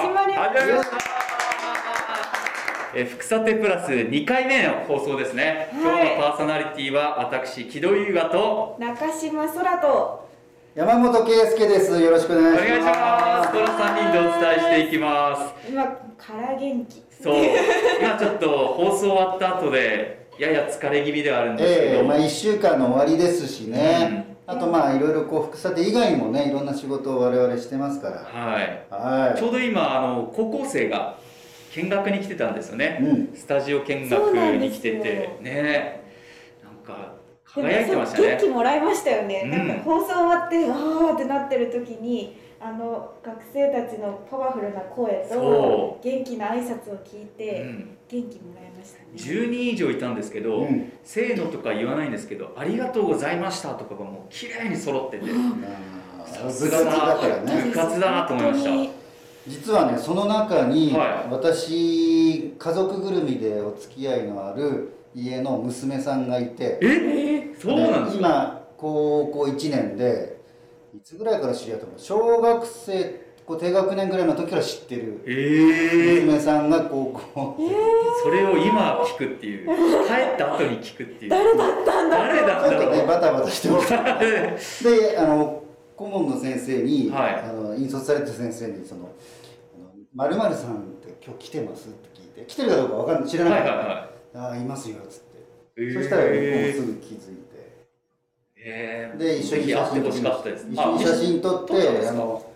りがとうございましたえー、福さてプラス2回目の放送ですね、はい今日のパーソナリティは私木戸優雅と中島空と山本圭介です。よろしくおお願いし願いしまますす。この3人でお伝えしていきます今から元気 そう今ちょっと放送終わった後でやや疲れ気味ではあるんですけえど、えまあ1週間の終わりですしね、あとまあいろいろこう副査定以外にもねいろんな仕事を我々してますかはいらはちょうど今あの高校生が見学に来てたんですよね、うんスタジオ見そう学なんでに来すよててねなんかでも輝いてましたそう元気ねもらいましたよね、うんなんか放送終わってあーってなってる時にあの学生たちのパワフルな声そと元気な挨拶を聞いて、うん元気もらいましたね10人以上いたんですけい、ど、うんせーのとか言わないんですけど「ありがとうございました」とかがもう綺麗に揃っててまあさ部活すがだからね部活だなと思いました本実はねその中に、はい私家族ぐるみでお付き合いのある家の娘さんがいてえそうなんですか今高校1年でいつぐらいから知り合ったの小学生こう低学年ぐらいの時から知ってるえー、娘さんが高校当にえそれを今聞くっていう帰った後に聞くってーいう誰だったんだ誰だったちょっとねろバタバタしてまし たうであの顧問の先生に、はいあの引率された先生にその「まるまるさんって今日来てます?」って聞いて来てるかどうかわかんない知らはないかはっいたはああいますよ」っつって、い、えー、そしたらもうすぐ気づいてえー、で一緒ぜにひ写会って真撮ほりしまかしったたです一緒に写真撮っあ一緒に撮ったんでてすあかの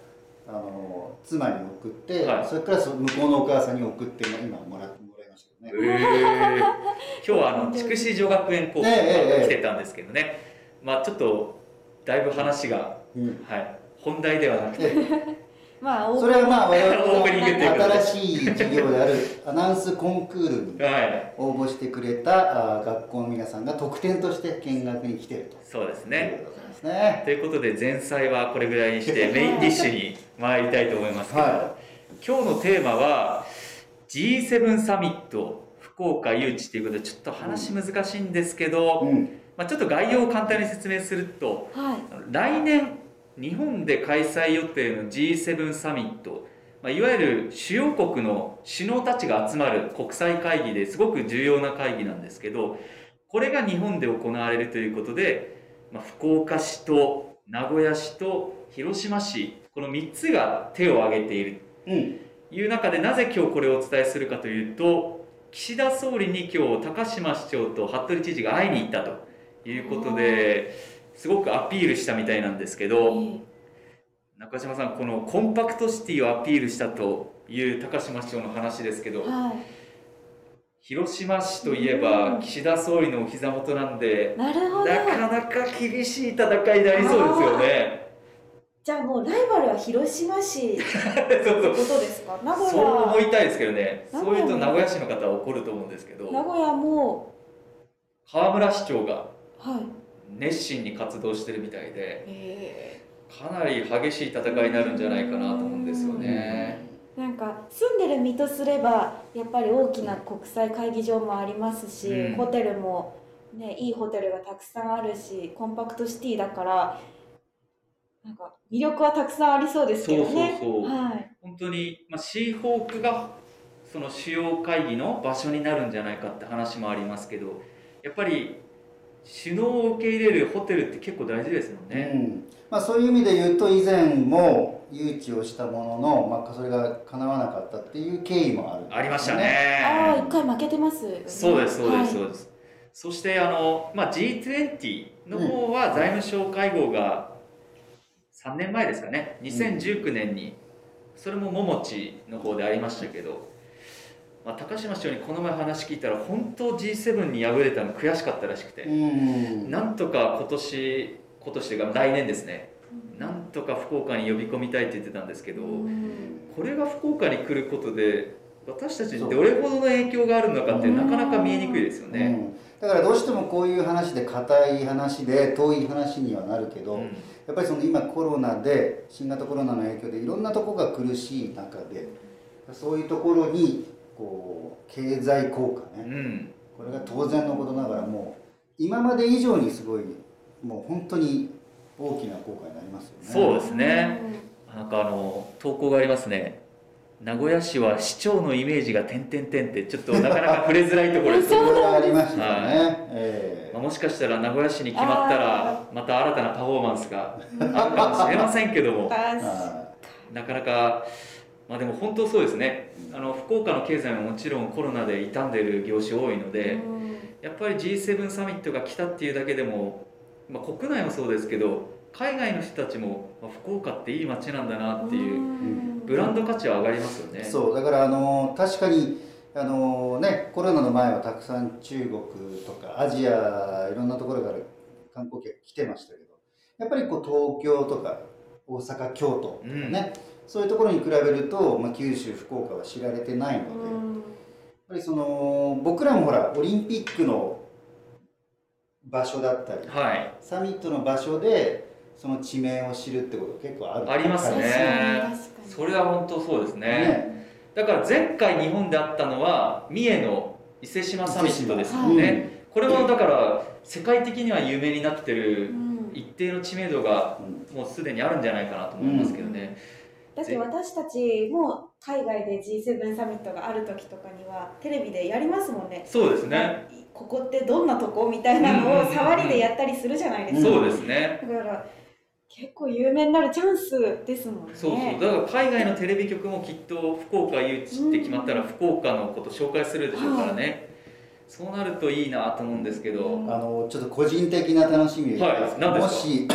あの妻に送って、はいそれからその向こうのお母さんに送って今もらもらいましたけどね、えー今日はあの筑紫女学園高校かえええら来えてたんですけどね、まあちょっとだいぶ話が、うんはい、本題ではなくて、でまあそれはまあ我オープニングっていう々ことので新しい授業であるアナウンスコンクールにはい、応募してくれたあー学校の皆さんが特典として見学に来てるとそうですいうね。ことなんですね。ということで前菜はこれぐらいにしてメインディッシュに参りたいと思いますけど、は今日のテーマは G7 サミット福岡誘致ということでちょっと話難しいんですけど、うん、まあ、ちょっと概要を簡単に説明するとはい来年日本で開催予定の G7 サミット、まあ、いわゆる主要国の首脳たちが集まる国際会議ですごく重要な会議なんですけどこれが日本で行われるということで、まあ、福岡市と名古屋市と広島市この3つが手を挙げているうん、という中でなぜ今日これをお伝えするかというと岸田総理に今日高島市長と服部知事が会いに行ったということですごくアピールしたみたいなんですけえど。ー中島さんこのコンパクトシティをアピールしたという高島市長の話ですけどは広島市といえうばん岸田総理のお膝元なんでいなるほなどかなか厳しい戦いになりそうですよね。 じゃあもうライバルは広島市そうってそこうとですか名古 そう思屋いたいですけどね名そ古うい屋うと名古屋市の方は怒ると思うんですけ名ど古屋も河村市長がはい熱心に活動してるみたいでえかなり激しい戦いになるんじゃないかなと思うんですよね。ーなんか住んでる身とすればやっぱり大きな国際会議場もありますし、うんホテルも、ね、いいホテルがたくさんあるしコンパクトシティだからなんか魅力はたくさんありそうですけどね。そうそうそうはい本当に、まあ、シーホークがその主要会議の場所になるんじゃないかって話もありますけどやっぱり首脳を受け入れるホテルって結構大事ですもんうね。ん、まあそういう意味で言うと以前も誘致をしたものの、まあそれが叶わなかったっていう経緯もある、ありました。ああね。一回負けてますよね、そうですそうですはそうです。そしてあの、まあ、G20 の方は財務省会合が3年前ですかね2019年にそれも桃地の方でありましたけど、まあ、高島市長にこの前話聞いたら本当 G7 に敗れたの悔しかったらしくうて、ん、なんとか今年今年というか来年ですねいなんとか福岡に呼び込みたいって言ってたんですけど、うんこれが福岡に来ることで私たちにどれほどの影響があるのかってそうなかなか見えにくいですようね。ん、だからどうしてもこういう話で硬い話で遠い話にはなるけど、うんやっぱりその今コロナで新型コロナの影響でいろんなとこが苦しい中でそういうところにこう経済効果うねんこれが当然のことながらもう今まで以上にすごいもう本当に大きな効果になりますよね。そうですねなんかあの投稿がありますね。名古屋市は市長のイメージが点々点ってちょっとなかなか触れづらいところですそけうどいなんですろいろありましたね、はいえまあもしかしたら名古屋市に決まったらまた新たなパフォーマンスがあるかもしれませんけどもえあはなかなかまあでも本当そうですねあの福岡の経済ももちろんコロナで傷んでる業種多いのーでうんやっぱり G7 サミットが来たっていうだけでも、まあ、国内もそうですけど海外の人たちも、まあ福岡っていい街なんだなってういうんブランド価値は上がりますよね。そうだからあの確かにあのねコロナの前はたくさん中国とかアジアいろんなところから観光客来てましたけどやっぱりこう東京とか大阪京都うとかんね、そういうところに比べると、まあ、九州福岡は知られてないので、うやっんぱりその僕らもほらオリンピックの場所だったりはい、サミットの場所でその地名を知るってこと結構あるあります確かにね確かにそれは本当そうですねねだから前回日本であったのは三重の伊勢志摩サミットですようんね、これはだから世界的には有名になってる一定の知名度がうんもうすでにあるんじゃないかなと思いますけどね、だって私たちも海外で G7 サミットがある時とかにはテレビでやりますもんね。そうですね、ここってどんなとこみたいなのうんうんうんを触りでやったりするじゃないですか。そうですねだから結構有名になるチャンスですもんね。そうそうだから海外のテレビ局もきっと福岡誘致って決まったら福岡のこと紹介するでしょうからね、そうなるといいなと思うんですけど、うんあのちょっと個人的な楽しみで言ってはい何ですかもし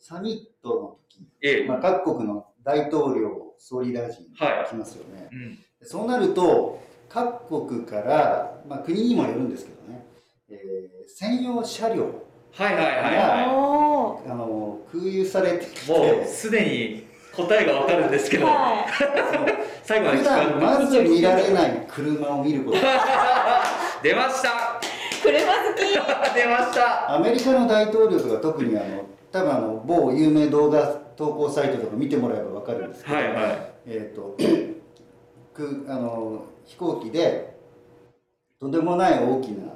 サミットの時、ええまあ、各国の大統領、総理大臣は来ますよね。い、うん、そうなると各国から、まあ、国にもよるんですけどね、えー専用車両はいはいはいはおーあの空輸されてきいもうて、すでに答えがわかるんですけどはい。最後まで聞普か段まなず見られない車を見 ること。出ました 車好き。出ましたアメリカの大統領とか特にあの多分あの某有名動画投稿サイトとか見てもらえばわかるんですけど、はいはえー、と くあの飛行機でとんでもない大きな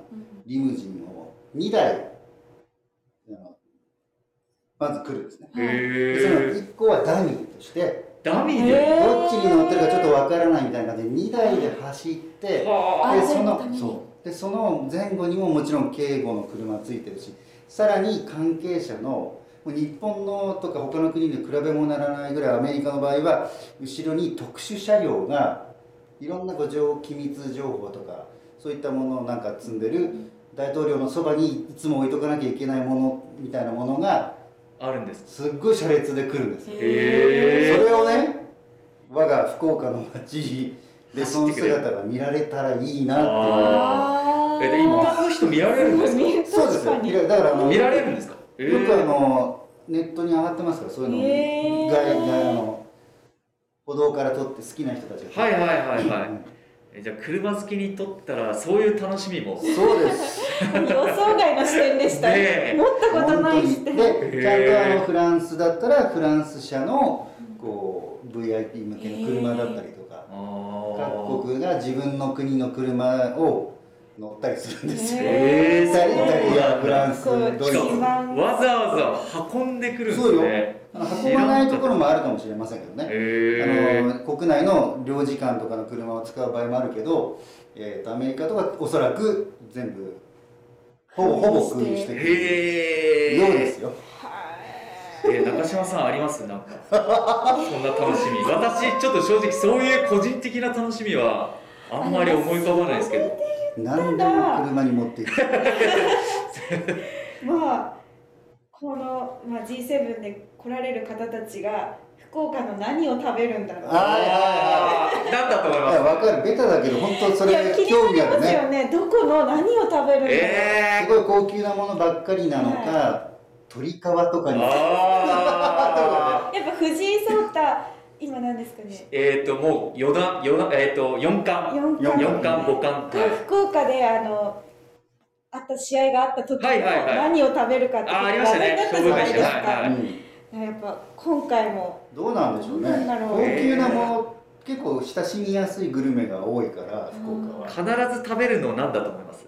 リムジンを2台あのまず来るんですねいはいでそのへえ1個はダミーとしてダミーへでえーどっちに乗ってるかちょっとわからないみたいな感じで2台で走ってではああそ全部ダミのーそうでその前後にももちろん警護の車ついてるしさらに関係者のもう日本のとか他の国で比べもならないぐらいアメリカの場合は後ろに特殊車両がいろんなこう情機密情報とかそういったものをなんか積んでる大統領のそばにいつも置いとかなきゃいけないものみたいなものがあるんですすっごい車列で来るんですよそへえれをね我が福岡の街でその走ってくれる姿が見られたらいいなっていうああえで一般の人見られるんですかそうですよ。いやだからあの見らよれるんですかえくあのネットに上がってますからそういうのが、へーがあの歩道から撮って好きな人たちが撮って。はいはいはいはういんえじゃあ車好きにとったらそういう楽しみもそうです。予想外の視点でした。ねえ持ったこと本な当いに視で点。ちゃんとあへのーフランスだったらフランス車のこう VIP 向けの車だったりとか、各あ国が自分の国の車を乗ったりするんですよ。へーイタリイタリア、フランス、そうドイしツか。一番もわざわざ運んでくるんですねあの運ばないところもあるかもしれませんけどね。へえあの国内の領事館とかの車を使う場合もあるけど、えーとアメリカとかおそらく全部ほぼほぼ空輸してくるへえようですよ。はいえー中島さんありますなんかそんな楽しみ私ちょっと正直そういう個人的な楽しみはあんまり思い浮かばないですけど何でも車に持っていく。まあこの、まあ、G7 で来られる方たちが福岡の何を食べるんだろうあはなんだと思いいますやわかるベタだけど本当そいやれ気に興味なありるますね。よねどこの何を食べるんだろう、えすごい高級なものばっかりなのか、鳥皮とかー、に。あーやっぱ藤井聡太今何ですかねえっ、ー、ともう四段四段えっ、ー、と四冠四四冠四冠五冠で福岡であのあった試合があった時のはいはいはい何を食べるかってあーありましたね話題だったじゃないですか、勝負飯はいはいうんやっぱ今回もどうなんでしょうねどうなんだろ高う級なもの結構親しみやすいグルメが多いから福岡は必ず食べるのなんだと思います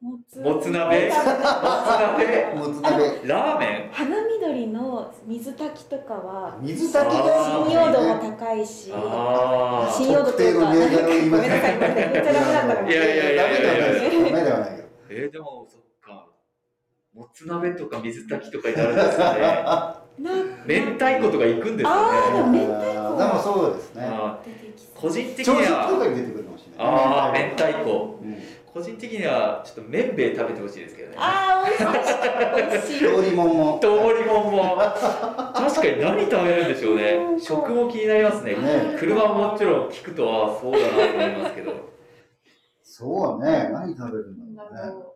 もつもつ鍋食べたいももつ鍋ラーメ 花緑の水炊きとかは水炊きがあー信用度も高いしンああ信用度というか特定の銘柄を言いごまめせんんなさいごめんなさいめっちゃダメだったかもいやいやいやいやいやダメではないよダメではないよえー、でもそっかもつ鍋とか水炊きとかになるんですかなんかね明太子とか行くんですあーでよもね明太子でもそうですねあ出てきーそう個人的朝に食とはかに出てくるかもしれないああ明太子うん個人的にはちょっと麺べい食べてほしいですけどねああ美味しい美味しい調理もんもとおりもんも確かに何食べるんでしょうね食も気になりますねね車ももちろん聞くとはそうだなと思いますけどそうね何食べるんだなんだろうねろ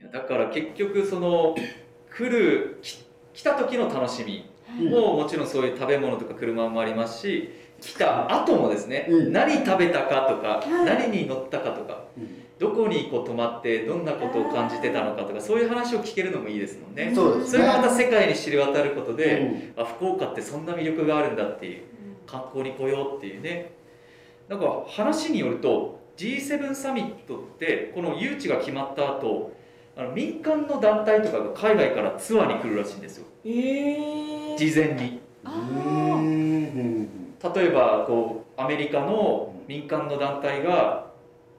いやだから結局その来るき来た時の楽しみうはいももちろんそういう食べ物とか車もありますし来た後もですね、うん何食べたかとか、はい何に乗ったかとかうんどこにこう泊まってどんなことを感じてたのかとかそういう話を聞けるのもいいですもんね。そうでそすねれがまた世界に知り渡ることで、うんあ福岡ってそんな魅力があるんだっていう観光に来ようっていうねなんか話によると G7 サミットってこの誘致が決まった後あの民間の団体とかが海外からツアーに来るらしいんですよえー事前にあうーん例えばこうアメリカの民間の団体が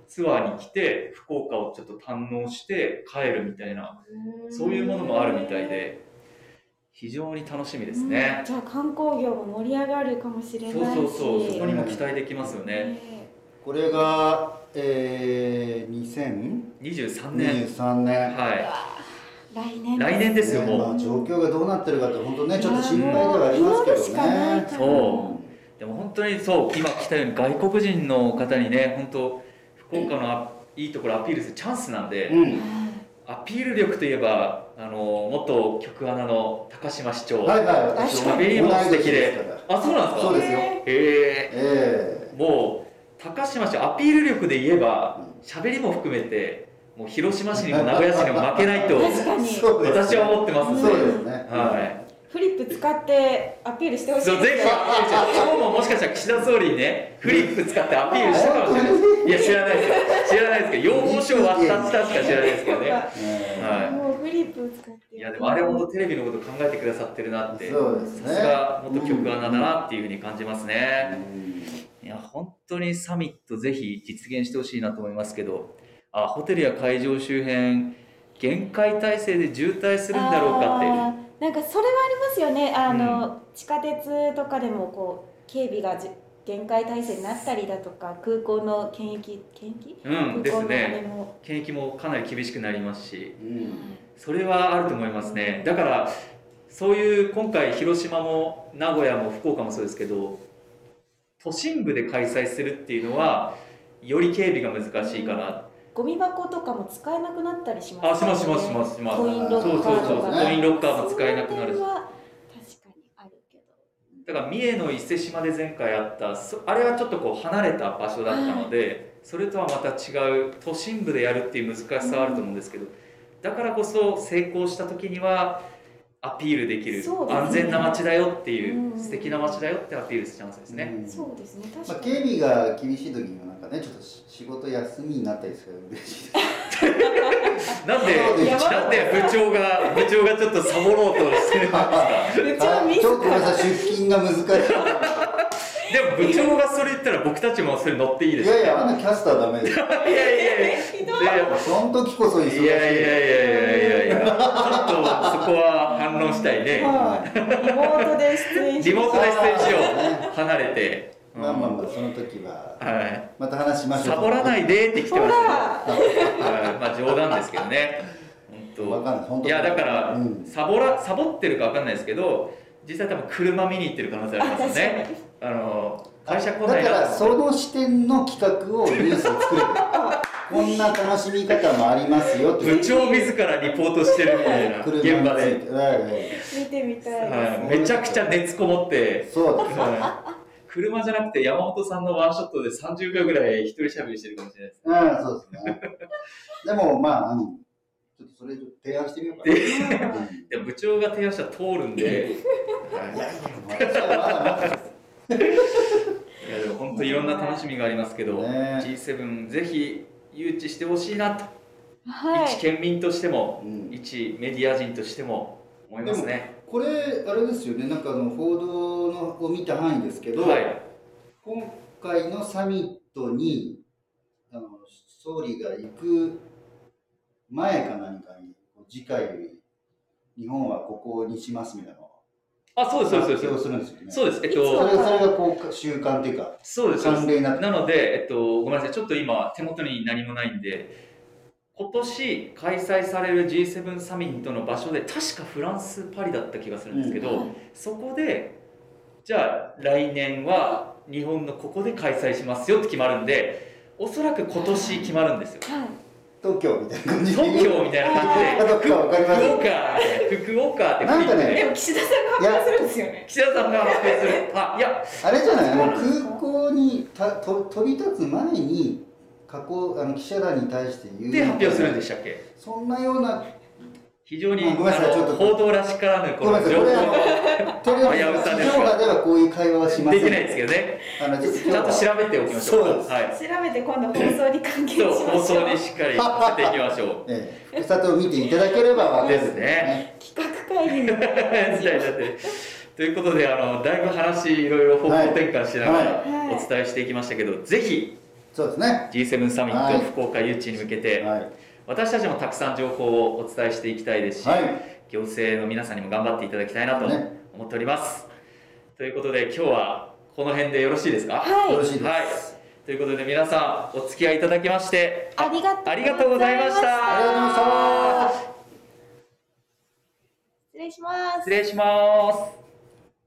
ツアーに来て福岡をちょっと堪能して帰るみたいなそういうものもあるみたいで非常に楽しみですうねんじゃあ観光業も盛り上がるかもしれそうないしそうそうそこにも期待できますよねねこれがえー23年2023年はいわう来年来年ですよねまもあ、う状況がどうなってるかって本当ねちょっと心配ではありますけいどやもう祈るしかないね。からそでも本当にそう今来たように外国人の方にね本当福岡のあいいところアピールするチャンスなんで、うん。アピール力といえばあの元局アナの高島市長、はいはい。確かに同い年すからあそうなんですかそうですよえへええもう高島市長アピール力で言えばう喋りも含めてもう広島市 にも名古屋市にも負けないとー確かえにそうです。私は思ってますんそうでですね。はいフリップ使ってアピールしてほしいそでうす前ね回今日ももしかしたら岸田総理にねフリップ使ってアピールしたかもしれない いや知らないです知らないですけど要望書を渡したしか知らないですけど ねえはいもうフリップ使っていやでもあれほどテレビのこと考えてくださってるなってえそうですね。さすが元局アナだなっていうふうに感じますね、いや本当にサミットぜひ実現してほしいなと思いますけどあホテルや会場周辺厳戒態勢で渋滞するんだろうかってあーなんかそれはありますよねあの、地下鉄とかでもこう警備がじ限界態勢になったりだとか空港の検疫検疫うんで空港すのあねれも、検疫もかなり厳しくなりますしうん。ううんん。それはあると思いますねだからそういう今回広島も名古屋も福岡もそうですけど都心部で開催するっていうのはより警備が難しいかなゴミ箱とかも使えなくなったりしますよねあしますしますしますしますコインロッカーそうとそうかそうコインロッカーも使えなくなるそしの点は確かにあるけどだから三重の伊勢島で前回あったそあれはちょっとこう離れた場所だったので、それとはまた違う都心部でやるっていう難しさはあると思うんですけど、だからこそ成功した時にはアピールできるそうですね安全な街だよっていう、うん素敵な街だよってアピールするチャンスですね。そうですね確まあ、かに、警備が厳しい時にもなんかねちょっとし仕事休みになったりするから嬉しい です。な んで、そうですなんで部長が、部長がちょっとサボろうとしてるんですか。 部長あ自らちょっとごめんなさい出勤が難しでも部長がそれ言ったら、僕たちもそれ乗っていいい。で いすか。やいやあんなキャスターダメ ですよ。いやいやい や。ひどいでその時こそ忙しい。いやいやいやいやいやいや、ちょっとそこは反論したいね。はいリモートで出演しリモートで出演しよねう、離れて。うんまあまあまあその時ははい。また話しましょう。サボらないでって来ほてますよ。らはいまあ冗談ですけどね。本当わかんない本当いやだから、うんサボらサボってるかわかんないですけど実際多分車見に行ってる可能性ありますよあね確あの会社来なだいかならと思そっての視点の企画をニュースを作ればこんな楽しみ方もありますよって部長自らリポートしてるみたいな車に現ついて場で、はいはい見てみたいです、はい、めちゃくちゃ熱こもって、そうですはい 車じゃなくて山本さんのワンショットで30秒ぐらい一人喋りしてるかもしれないですうんそうですねでもまあ、うん、ちょっとそれちょっと提案してみようかな、うんでも部長が提案したら通るんで、はいいやいや私はまだまだいやでも本当いろんな楽しみがありますけど、ね G7 ぜひ誘致してほしいなとはい一県民としてもうん一メディア人としても思いますね。これあれですよねなんかあの報道のを見た範囲ですけど、はい、今回のサミットにあの総理が行く前か何かに次回日本はここにしますみたいなのをあ、そうですそうです発そうです。表するんですよねそうです。えっいつとそも、れそれがこう習慣っていうかそうです。そうです慣例になってなので、えっと、ごめんなさい、ちょっと今、手元に何もないんで、今年開催される G7 サミットの場所で、確かフランス・パリだった気がするんですけど、はいそこで、じゃあ、来年は日本のここで開催しますよって決まるんで、おそらく今年決まるんですよ。はい東京みたいな感じ東京みたいな感じで、かどうかわかりま福せん岡、福岡ってなんかねでも岸田さんが発表するんですよね。岸田さんが発表する。あ、いや、あれじゃないそうもうなんですか空港にたと飛び立つ前に加工あの記者団に対して言うで発表するんでししたっけそんなような非常にあごめんなさいあのちょっと報道らしからぬこごめんのなさい情こ報れあのテレ危うさですがビ地上波ではこういう会話はしませでんきないですけどねあのちょっと今ち日ゃんはと調べておきましょうそうですはい調べて今度放送に関係しそうま放しょ送うに。しっかりさせていきまし ょええ、ふさとを見ていただければわかるんですね企画会議の。うみたいになってるということであのだいぶ話いろいろ方向転換しながらはいはいお伝えしていきましたけどぜひそうですね G7 サミはッいト福岡誘致に向けてはい、私たちもたくさん情報をお伝えしていきたいですしはい、行政の皆さんにも頑張っていただきたいなとね思っておりますということで今日はこの辺でよろしいですかはいよろしいです、はいということで皆さんお付き合いいただきましてありがとうございました ありがとうございましたありがとうござい失ました礼します失。礼します